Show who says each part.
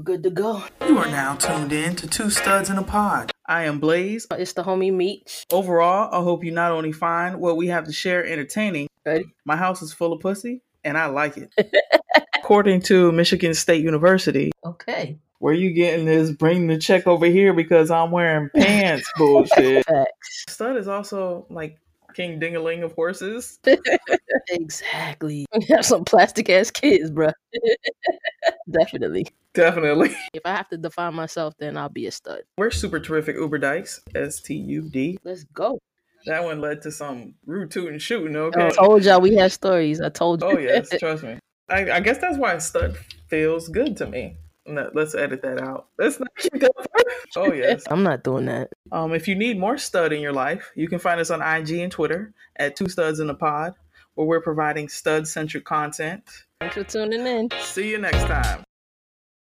Speaker 1: good to go.
Speaker 2: You are now tuned in to Two Studs in a Pod. I am Blaze.
Speaker 1: It's the homie Meech.
Speaker 2: Overall, I hope you not only find what we have to share entertaining,
Speaker 1: Ready?
Speaker 2: my house is full of pussy and I like it. According to Michigan State University,
Speaker 1: Okay.
Speaker 2: where you getting this bring the check over here because I'm wearing pants bullshit.
Speaker 1: Facts.
Speaker 2: Stud is also like King Dingaling of horses.
Speaker 1: Exactly. We have some plastic ass kids, bruh. Definitely.
Speaker 2: Definitely.
Speaker 1: If I have to define myself, then I'll be a stud.
Speaker 2: We're super terrific Uber Dykes. S T U D.
Speaker 1: Let's go.
Speaker 2: That one led to some rude tooting shooting,
Speaker 1: I
Speaker 2: okay?
Speaker 1: told y'all we had stories. I told you.
Speaker 2: Oh yes, trust me. I, I guess that's why stud feels good to me. No, let's edit that out. Let's not keep that. Oh yes.
Speaker 1: I'm not doing that.
Speaker 2: Um, if you need more stud in your life, you can find us on IG and Twitter at Two Studs in a Pod, where we're providing stud centric content.
Speaker 1: Thanks for tuning in.
Speaker 2: See you next time.